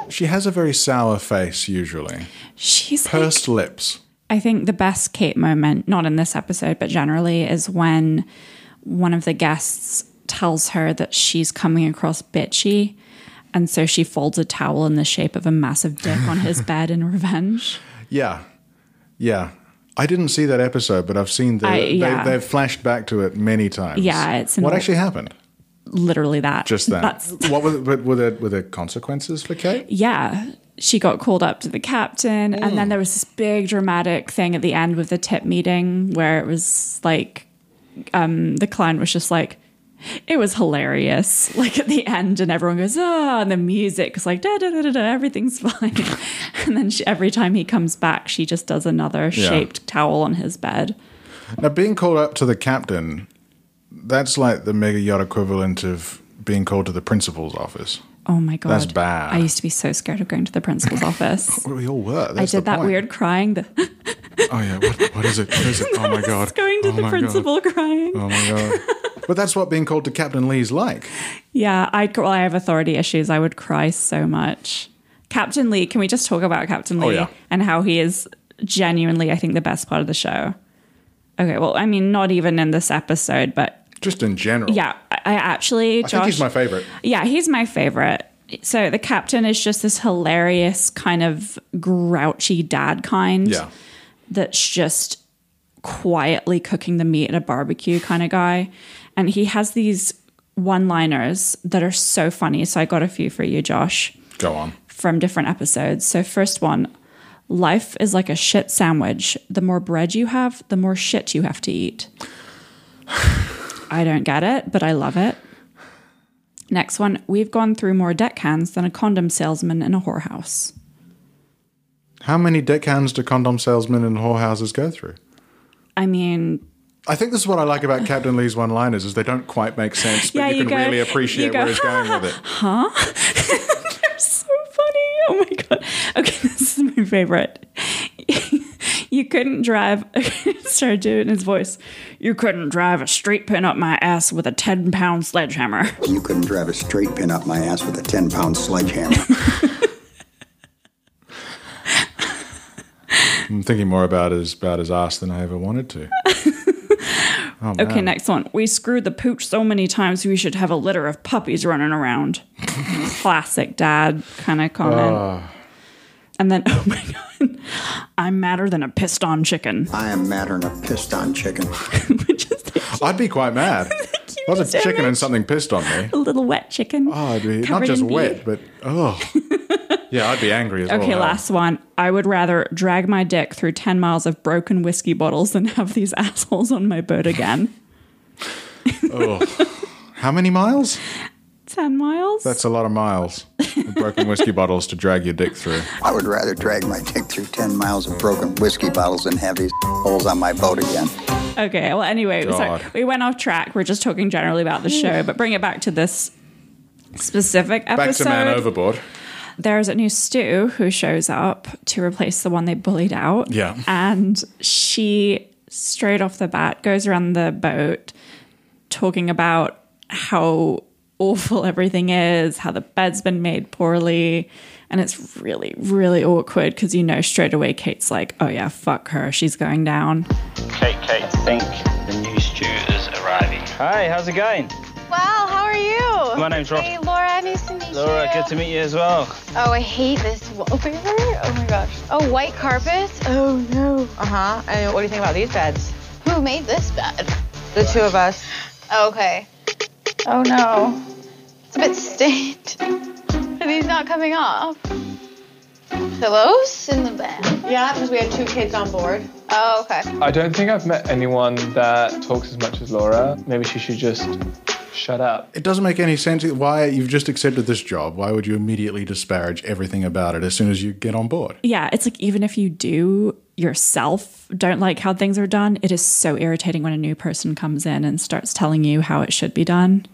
S1: She has a very sour face usually,
S2: She's like-
S1: pursed lips.
S2: I think the best Kate moment, not in this episode, but generally, is when one of the guests tells her that she's coming across bitchy. And so she folds a towel in the shape of a massive dick on his bed in revenge.
S1: Yeah, yeah. I didn't see that episode, but I've seen the,
S2: I- yeah.
S1: they, they've flashed back to it many times.
S2: Yeah, it's in
S1: what
S2: the-
S1: actually happened.
S2: Literally that.
S1: Just that.
S2: That's,
S1: what were, but were there were there consequences for Kate?
S2: yeah. She got called up to the captain. And then there was this big dramatic thing at the end with the tip meeting where it was like um, the client was just like, it was hilarious. Like at the end, and everyone goes, ah, and the music is like, da da da da da, everything's fine. and then she, every time he comes back, she just does another
S1: Yeah.
S2: shaped towel on his bed.
S1: Now, being called up to the captain, that's like the mega yacht equivalent of being called to the principal's office.
S2: Oh my God.
S1: That's bad.
S2: I used to be so scared of going to the principal's office.
S1: We all were.
S2: I
S1: That's the
S2: did that
S1: point.
S2: weird crying. The,
S1: Oh yeah. What, what is it? What is it? Oh my god.
S2: going to
S1: Oh
S2: the
S1: my God.
S2: principal crying.
S1: Oh my god. But that's what being called to Captain Lee's like.
S2: Yeah, I'd, well, I have authority issues. I would cry so much. Captain Lee, can we just talk about Captain Lee
S1: Oh, yeah.
S2: and how he is genuinely, I think, the best part of the show? Okay, well, I mean, not even in this episode, but
S1: Just in general.
S2: yeah, I, I actually,
S1: I
S2: Josh.
S1: think he's my favorite.
S2: Yeah, he's my favorite. So the captain is just this hilarious kind of grouchy dad kind
S1: Yeah.
S2: that's just quietly cooking the meat at a barbecue kind of guy. And he has these one liners that are so funny. So I got a few for you, Josh,
S1: Go on.
S2: from different episodes. So, first one life is like a shit sandwich. The more bread you have, the more shit you have to eat. I don't get it, but I love it. Next one, we've gone through more deckhands than a condom salesman in a whorehouse.
S1: How many deckhands do condom salesmen and whorehouses go through?
S2: I mean,
S1: I think this is what I like about Captain Lee's one-liners is they don't quite make sense, but
S2: Yeah,
S1: you,
S2: you
S1: can
S2: go-
S1: really
S2: you
S1: appreciate
S2: go,
S1: where he's going with it.
S2: so funny. Oh my god. Okay, this is my favorite. you couldn't drive. Start doing his voice. You couldn't drive a straight pin up my ass with a ten pound sledgehammer.
S1: Oh,
S10: You couldn't drive a straight pin up my ass with a 10 pound sledgehammer.
S1: I'm thinking more about his about his ass than I ever wanted to. Oh, man.
S2: Okay, next one. We screwed the pooch so many times we should have a litter of puppies running around. Classic dad kind of comment.
S1: Ah.
S2: And then, oh my god, I'm madder than a pissed on chicken,
S10: I am madder than a pissed on chicken.
S2: which is the
S1: I'd be quite mad.
S2: cutest
S1: Lots of chicken
S2: image.
S1: and something pissed on me.
S2: a little wet chicken.
S1: Oh, I'd be not
S2: covered
S1: just
S2: in pee.
S1: wet, Oh, but oh, yeah, I'd be angry as well.
S2: Okay,
S1: hell.
S2: last one. I would rather drag my dick through 10 miles of broken whiskey bottles than have these assholes on my boat again.
S1: How many miles?
S2: 10 miles?
S1: That's a lot of miles. of broken whiskey bottles to drag your dick through.
S10: I would rather drag my dick through 10 miles of broken whiskey bottles than have these holes on my boat again.
S2: okay, well, anyway, sorry,
S1: God.
S2: we went off track. We're just talking generally about the show, but bring it back to this specific
S1: Back
S2: episode.
S1: to man overboard.
S2: There's a new Stu who shows up to replace the one they bullied out.
S1: Yeah.
S2: And she, straight off the bat, goes around the boat talking about how awful everything is, how the bed's been made poorly. And it's really, really awkward because you know straight away Kate's like, oh yeah, fuck her. She's going down.
S11: Kate, Kate, think the new stew is arriving.
S4: Hi, how's it going?
S8: Well, how are you?
S4: My name's Ross.
S8: Hey, Laura. Nice to meet
S4: Laura,
S8: you.
S4: good to meet you as well.
S8: Oh, I hate this wallpaper. Oh my gosh. Oh, white carpet. Oh no.
S9: Uh
S6: Uh-huh.
S9: huh. And what do you think about these beds?
S8: Who made this bed?
S9: The two of us.
S6: Oh,
S8: Okay. Oh no. It's a bit stained. Are these not coming off? Pillows in the back.
S12: Yeah, because we had two kids on board.
S8: Oh, okay.
S13: I don't think I've met anyone that talks as much as Laura. Maybe she should just shut up.
S5: It doesn't make any sense why you've just accepted this job. Why would you immediately disparage everything about it as soon as you get on board?
S2: Yeah, it's like even if you do yourself don't like how things are done, it is so irritating when a new person comes in and starts telling you how it should be done.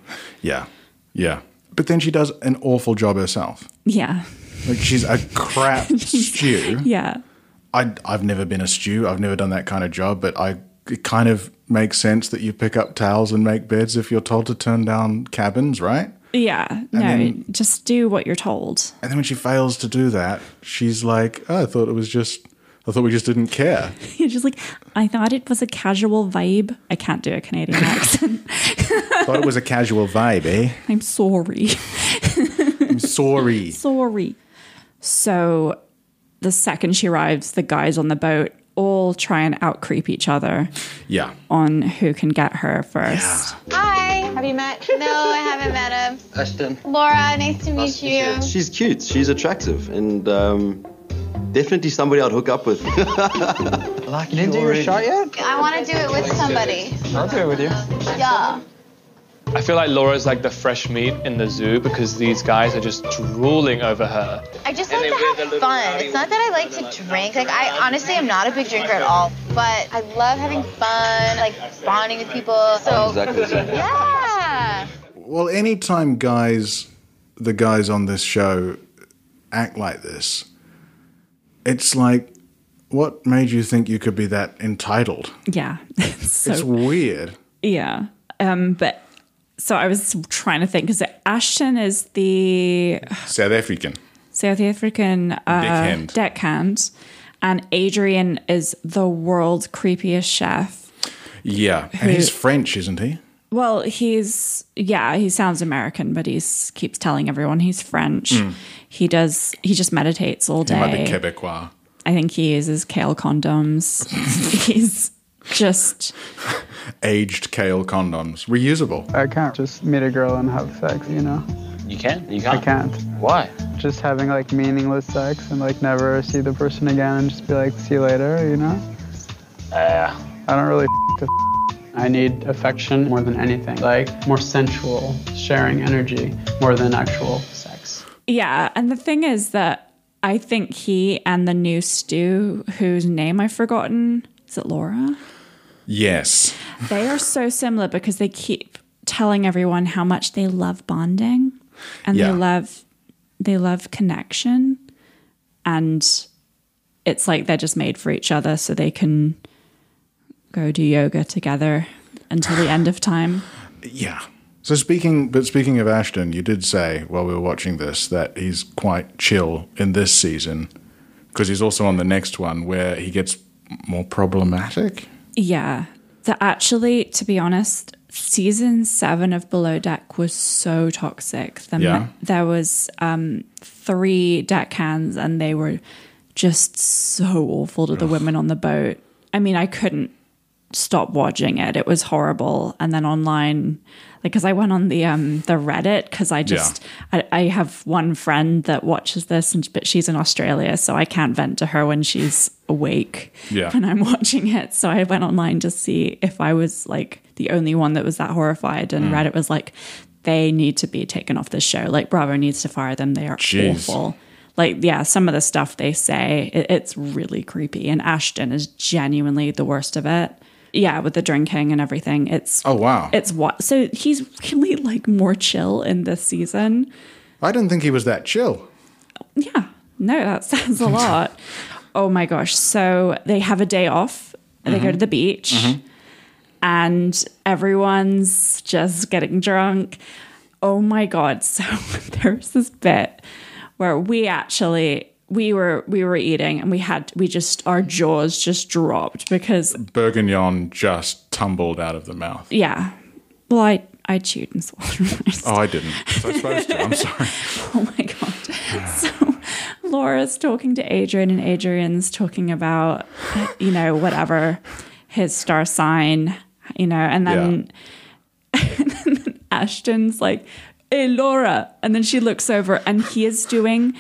S5: Yeah. Yeah. But then she does an awful job herself.
S2: Yeah.
S5: Like she's a crap stew.
S2: Yeah.
S5: I I've never been a stew. I've never done that kind of job, but I it kind of makes sense that you pick up towels and make beds if you're told to turn down cabins, right?
S2: Yeah. no,
S5: then-
S2: just do what you're told.
S5: And then when she fails to do that, she's like, oh, "I thought it was just I thought we just didn't care."
S2: You're just like, I thought it was a casual vibe. I can't do a Canadian accent.
S5: thought it was a casual vibe, eh?
S2: I'm sorry.
S5: I'm sorry.
S2: Sorry. So the second she arrives, the guys on the boat all try and out creep each other
S5: Yeah.
S2: on who can get her first.
S8: Hi. Have you met? No, I haven't met him.
S14: Ashton.
S8: Laura, nice to meet you.
S14: She's cute. She's attractive, and um, definitely somebody I'd hook up with. like
S8: you already. I want to do it with somebody.
S13: I'll do it with you.
S8: Yeah.
S13: I feel like Laura's like the fresh meat in the zoo because these guys are just drooling over her.
S8: I just like to have fun. It's not that I like to drink. Like I honestly am not a big drinker at all, but I love having fun, like bonding with people. So
S5: Exactly, exactly.
S8: yeah.
S5: Well, anytime guys, the guys on this show act like this, it's like, what made you think you could be that entitled?
S2: Yeah. so
S5: it's weird.
S2: Yeah. Um, but so I was trying to think because Ashton is the
S5: South African.
S2: South African uh,
S5: Deckhand.
S2: deckhand, and Adrian is the world's creepiest chef.
S5: Yeah. And he's French, isn't he?
S2: Well, he's yeah, he sounds American, but he's keeps telling everyone he's French.
S5: Mm.
S2: He does. He just meditates all day.
S5: He might be Quebecois.
S2: I think he uses kale condoms. he's just
S5: Aged kale condoms. Reusable.
S15: I can't just meet a girl and have sex, you know?
S4: You can. You
S15: I
S4: can't.
S15: can't.
S4: Why?
S15: Just having like meaningless sex and like never see the person again and just be like, see you later, you know?
S4: Uh,
S15: I don't really to I need affection more than anything. Like more sensual, sharing energy more than actual sex.
S2: Yeah, and the thing is that I think he and the new Stu, whose name I've forgotten, is it Laura?
S5: Yes.
S2: They are so similar because they keep telling everyone how much they love bonding and
S5: Yeah.
S2: they love they love connection and it's like they're just made for each other so they can go do yoga together until the end of time.
S5: Yeah. So speaking, but speaking of Ashton, you did say while we were watching this that he's quite chill in this season because he's also on the next one where he gets more problematic.
S2: Yeah. That actually, to be honest, season seven of Below Deck was so toxic. The ma-
S5: Yeah.
S2: there was um, three deckhands, and they were just so awful to the women on the boat. I mean, I couldn't stop watching it. It was horrible. And then online, like, because I went on the um the Reddit because I
S5: Yeah.
S2: just I, I have one friend that watches this, and but she's in Australia, so I can't vent to her when she's awake
S5: Yeah.
S2: when I'm watching it. So I went online to see if I was like the only one that was that horrified, and
S5: Mm.
S2: Reddit was like, they need to be taken off this show. Like Bravo needs to fire them. They are
S5: Jeez.
S2: awful. Like yeah, some of the stuff they say, it, it's really creepy. And Ashton is genuinely the worst of it. Yeah, with the drinking and everything, it's
S5: Oh, wow.
S2: it's what. So he's really like more chill in this season.
S5: I didn't think he was that chill.
S2: No, that sounds a lot. oh my gosh. So they have a day off, they go
S5: Mhm.
S2: to the beach,
S5: Mhm.
S2: and everyone's just getting drunk. Oh my god. So there's this bit where we actually we were we were eating and we had we just our jaws just dropped because
S5: Bourguignon just tumbled out of the mouth.
S2: yeah. Well I I chewed and swallowed my
S5: Oh, I didn't. Was I supposed to? I'm sorry.
S2: Oh my god. So Laura's talking to Adrian and Adrian's talking about you know whatever his star sign, you know, and then, and then Ashton's like hey, Laura. And then she looks over and he is doing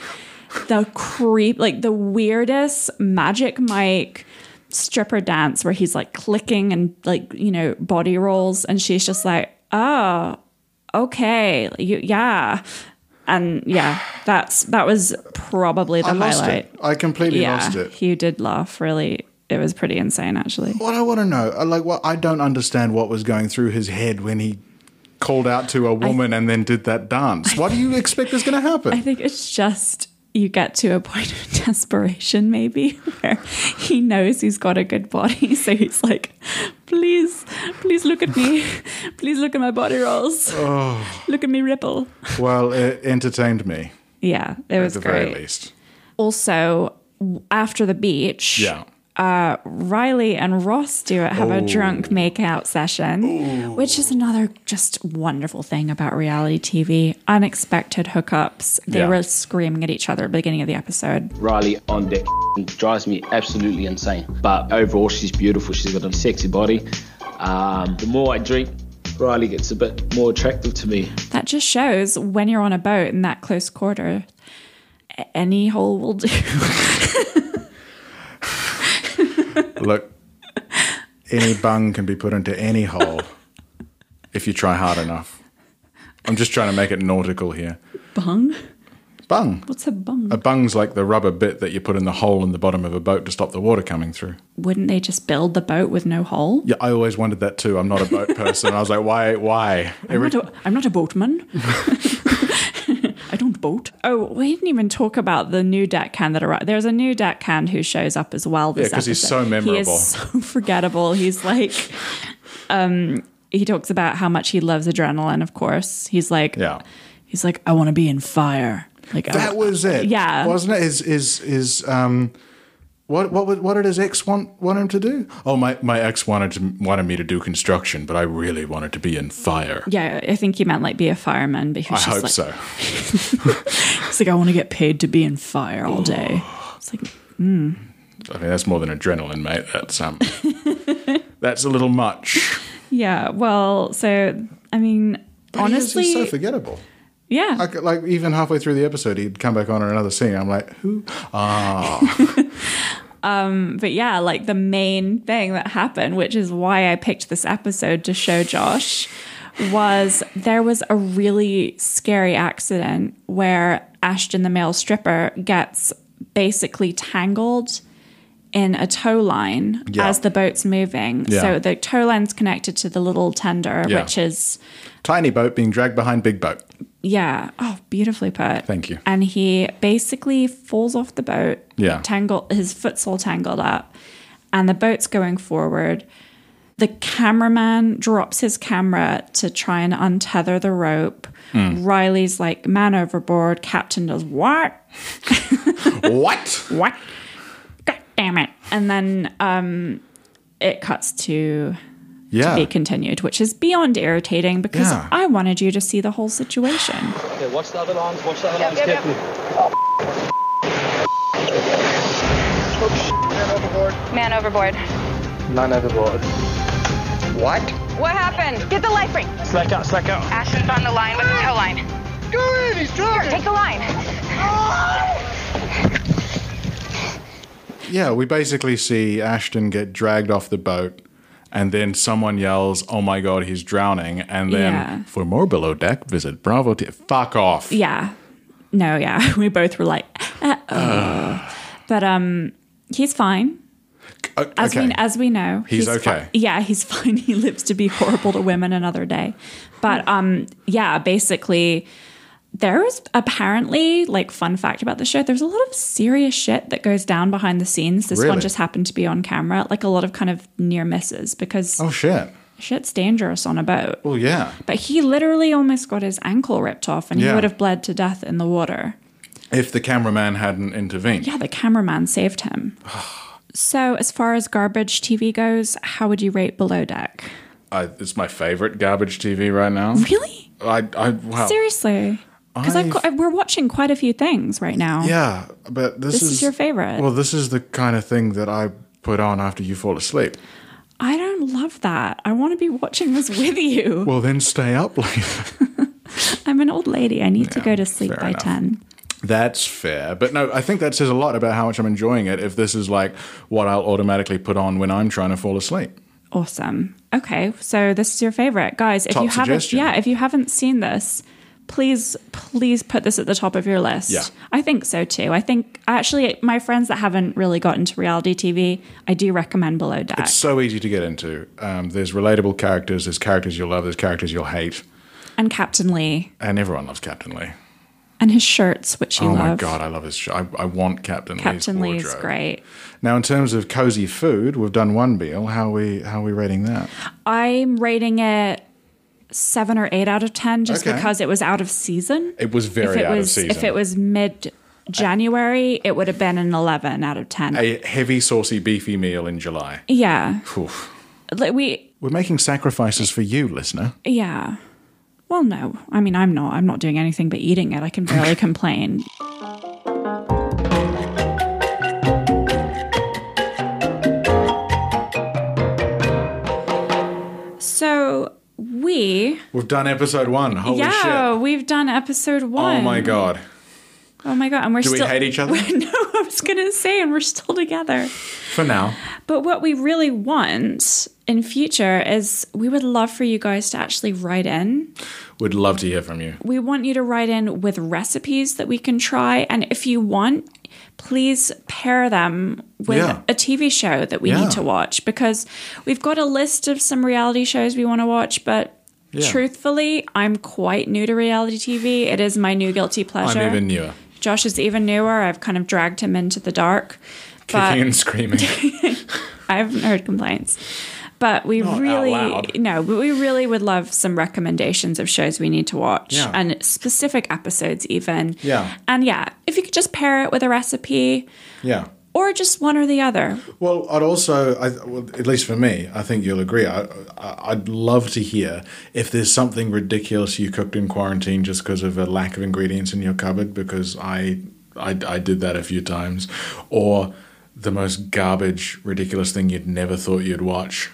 S2: the creep, like the weirdest magic Mike stripper dance where he's like clicking and like, you know, body rolls. And she's just like, oh, okay. You, yeah. And yeah, that's that was probably the
S5: I lost
S2: highlight.
S5: it. I completely
S2: yeah,
S5: lost it.
S2: You did laugh, really. It was pretty insane, actually.
S5: What I want to know, I- like, what I don't understand what was going through his head when he called out to a woman and then did that dance. What do you expect is going to happen?
S2: I think it's just you get to a point of desperation, maybe, where he knows he's got a good body. So he's like, please, please look at me. Please look at my body rolls.
S5: oh,
S2: Look at me ripple.
S5: well, it entertained me.
S2: Yeah, it was
S5: at the
S2: great.
S5: very least.
S2: Also, w- after the beach,
S5: Yeah. Oh.
S2: uh, Riley and Ross do it, have a
S5: Ooh.
S2: drunk makeout session,
S5: Oh.
S2: which is another just wonderful thing about reality TV. Unexpected hookups. They
S7: Yeah.
S2: were screaming at each other at the beginning of the episode.
S7: Riley on deck drives me absolutely insane. But overall, she's beautiful. She's got a sexy body. Um, the more I drink, Riley gets a bit more attractive to me.
S2: That just shows when you're on a boat in that close quarter, a- any hole will do.
S5: Look, any bung can be put into any hole if you try hard enough. I'm just trying to make it nautical here.
S2: bung?
S5: Bung.
S2: What's a bung?
S5: A bung's like the rubber bit that you put in the hole in the bottom of a boat to stop the water coming through.
S2: Wouldn't they just build the boat with no hole?
S5: Yeah, I always wondered that too. I'm not a boat person. I was like, why? Why?
S2: I'm,
S5: Every-
S2: not a, I'm not a boatman. I don't boat. Oh, we didn't even talk about the new deckhand that arrived. There's a new deckhand who shows up as well.
S5: Yeah,
S2: This
S5: 'cause he's
S2: episode.
S5: so memorable.
S2: He is so forgettable. He's like, um, he talks about how much he loves adrenaline. Of course, he's like,
S5: Yeah.
S2: he's like, I want to be in fire. Like I-
S5: that was it.
S2: Yeah.
S5: wasn't it? Is is is um. What, what, would- what did his ex want, want him to do? Oh, my, my ex wanted to, wanted me to do construction, but I really wanted to be in fire.
S2: Yeah, I think he meant like be a fireman
S5: I
S2: because
S5: hope
S2: like,
S5: so.
S2: It's like I want to get paid to be in fire all day. It's like, mm.
S5: I mean, that's more than adrenaline, mate. That's um, that's a little much.
S2: yeah. Well, so I mean,
S5: But he is-
S2: honestly,
S5: he's so forgettable.
S2: yeah.
S5: Like, like even halfway through the episode, he'd come back on in another scene. I'm like, who? Ah,
S2: Um, but yeah, like the main thing that happened, which is why I picked this episode to show Josh, was there was a really scary accident where Ashton, the male stripper, gets basically tangled in a tow line
S5: Yeah.
S2: as the boat's moving.
S5: Yeah.
S2: So the tow line's connected to the little tender,
S5: Yeah.
S2: which is,
S5: tiny boat being dragged behind big boat.
S2: yeah, oh, beautifully put.
S5: Thank you.
S2: And he basically falls off the boat.
S5: Yeah.
S2: Tangled his foot's all tangled up. And the boat's going forward. The cameraman drops his camera to try and untether the rope.
S5: Hmm.
S2: Riley's like, man overboard. Captain does what?
S5: what?
S2: What? God damn it. And then um it cuts to
S5: Yeah.
S2: to be continued, which is beyond irritating because
S11: Yeah.
S2: I wanted you to see the whole situation.
S11: Okay, watch the other lines, watch the other
S12: Yep,
S11: lines
S12: yep, yep.
S11: carefully.
S6: Man overboard.
S11: Man overboard.
S6: What? What happened? Get the life ring.
S11: Slack out, slack out.
S6: Ashton's on the line with the tow line. Go in, he's driving. Take the line.
S5: Yeah, we basically see Ashton get dragged off the boat, and then someone yells, "Oh my god, he's drowning!" And then
S2: Yeah.
S5: for more below deck, visit Bravo. T- Fuck off.
S2: Yeah. No, yeah. We both were like, uh,
S5: Ugh.
S2: but um he's fine.
S5: O-
S2: As
S5: okay.
S2: we as we know,
S5: He's
S2: fi-
S5: okay.
S2: yeah, he's fine. He lives to be horrible to women another day. But um yeah, basically there is apparently like fun fact about the show there's a lot of serious shit that goes down behind the scenes this one
S5: Really?
S2: just happened to be on camera like a lot of kind of near misses because
S5: oh shit.
S2: shit's dangerous on a boat
S5: Well, yeah.
S2: but he literally almost got his ankle ripped off and he
S5: Yeah.
S2: would have bled to death in the water
S5: If the cameraman hadn't intervened.
S2: yeah, the cameraman saved him. so, as far as garbage TV goes, how would you rate Below Deck?
S5: I, it's my favorite garbage TV right now.
S2: Really?
S5: I, I wow.
S2: Seriously? Because I've got, we're watching quite a few things right now.
S5: Yeah, but this,
S2: This is your favorite.
S5: Well, this is the kind of thing that I put on after you fall asleep.
S2: I don't love that. I want to be watching this with you.
S5: Well, then stay up late.
S2: I'm an old lady. I need to go to sleep by
S5: enough.
S2: 10.
S5: That's fair. But no, I think that says a lot about how much I'm enjoying it if this is like what I'll automatically put on when I'm trying to fall asleep.
S2: Awesome. Okay, so this is your favorite, guys. If
S5: Top
S2: you haven't,
S5: suggestion.
S2: yeah, if you haven't seen this, please, please put this at the top of your list.
S5: Yeah.
S2: I think so too. I think actually, my friends that haven't really got into reality TV, I do recommend Below Deck.
S5: It's so easy to get into. Um, there's relatable characters, there's characters you'll love, there's characters you'll hate.
S2: and Captain Lee
S5: And everyone loves Captain Lee.
S2: and his shirts, which you
S5: oh
S2: love.
S5: my God, I love his show. I, I want Captain,
S2: Captain Lee
S5: Lee's
S2: is
S5: wardrobe.
S2: great.
S5: Now, in terms of cozy food, we've done one meal. How are we, how are we rating that?
S2: I'm rating it seven or eight out of ten, just
S5: Okay.
S2: because it was out of season.
S5: It was very
S2: if it
S5: out
S2: was,
S5: of season.
S2: If it was mid January, it would have been an eleven out of ten.
S5: a heavy, saucy, beefy meal in July.
S2: yeah,
S5: Oof.
S2: like we,
S5: We're making sacrifices for you, listener.
S2: yeah. Well, no, I mean I'm not. I'm not doing anything but eating it. I can barely complain. So we,
S5: We've done episode one. Holy
S2: yeah,
S5: shit.
S2: we've done episode one.
S5: Oh my God.
S2: Oh my god! And we're
S5: Do we
S2: still
S5: hate each other?
S2: no, I was gonna say, and we're still together.
S5: For now.
S2: But what we really want in future is we would love for you guys to actually write in.
S5: Would love to hear from you.
S2: We want you to write in with recipes that we can try, and if you want, please pair them with
S5: Yeah.
S2: a TV show that we
S5: Yeah.
S2: need to watch because we've got a list of some reality shows we want to watch, but.
S5: Yeah.
S2: Truthfully, I'm quite new to reality TV. It is my new guilty pleasure.
S5: I'm even newer.
S2: Josh is even newer. I've kind of dragged him into the dark. But
S5: Kicking and screaming.
S2: I haven't heard complaints. But we
S5: Not out
S2: really
S5: loud.
S2: no, but we really would love some recommendations of shows we need to watch
S5: Yeah.
S2: and specific episodes even.
S5: Yeah.
S2: And yeah, if you could just pair it with a recipe
S5: Yeah.
S2: or just one or the other.
S5: Well, I'd also, I, well, at least for me, I think you'll agree. I, I, I'd love to hear if there's something ridiculous you cooked in quarantine just because of a lack of ingredients in your cupboard, because I, I, I did that a few times, or the most garbage, ridiculous thing you'd never thought you'd watch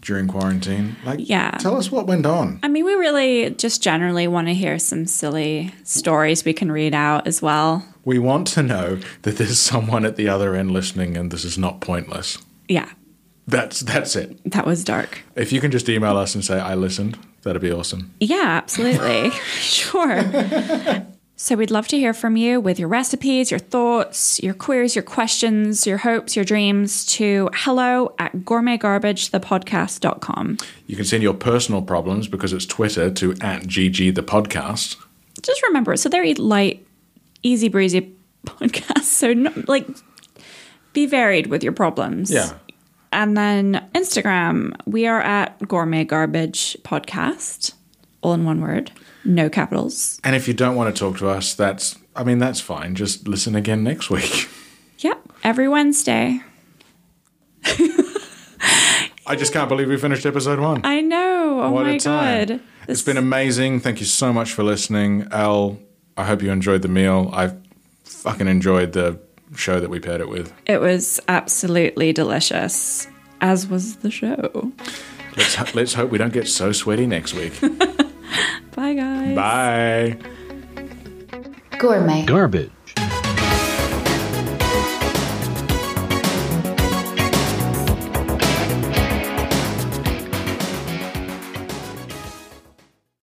S5: during quarantine. Like,
S2: Yeah.
S5: tell us what went on.
S2: I mean, we really just generally want to hear some silly stories we can read out as well.
S5: We want to know that there's someone at the other end listening, and this is not pointless.
S2: Yeah,
S5: That's that's it.
S2: that was dark.
S5: If you can just email us and say I listened, that'd be awesome.
S2: Yeah, absolutely. sure. So we'd love to hear from you with your recipes, your thoughts, your queries, your questions, your hopes, your dreams to hello at gourmetgarbagethepodcast.com.
S5: You can send your personal problems because it's Twitter to at GG the podcast.
S2: Just remember, it's a very light, easy breezy podcast. So, no, like, be varied with your problems. And then Instagram, we are at Gourmet Garbage Podcast, all in one word, no capitals.
S5: And if you don't want to talk to us, that's I mean that's fine. Just listen again next week.
S2: Yep, every Wednesday.
S5: I just can't believe we finished episode one.
S2: I know. Oh
S5: what
S2: my
S5: a time.
S2: god.
S5: It's been amazing. Thank you so much for listening. Al, I hope you enjoyed the meal. I fucking enjoyed the show that we paired it with.
S2: It was absolutely delicious, as was the show.
S5: Let's ho- let's hope we don't get so sweaty next week.
S2: Bye guys.
S5: Bye.
S16: Gourmet. Garbage.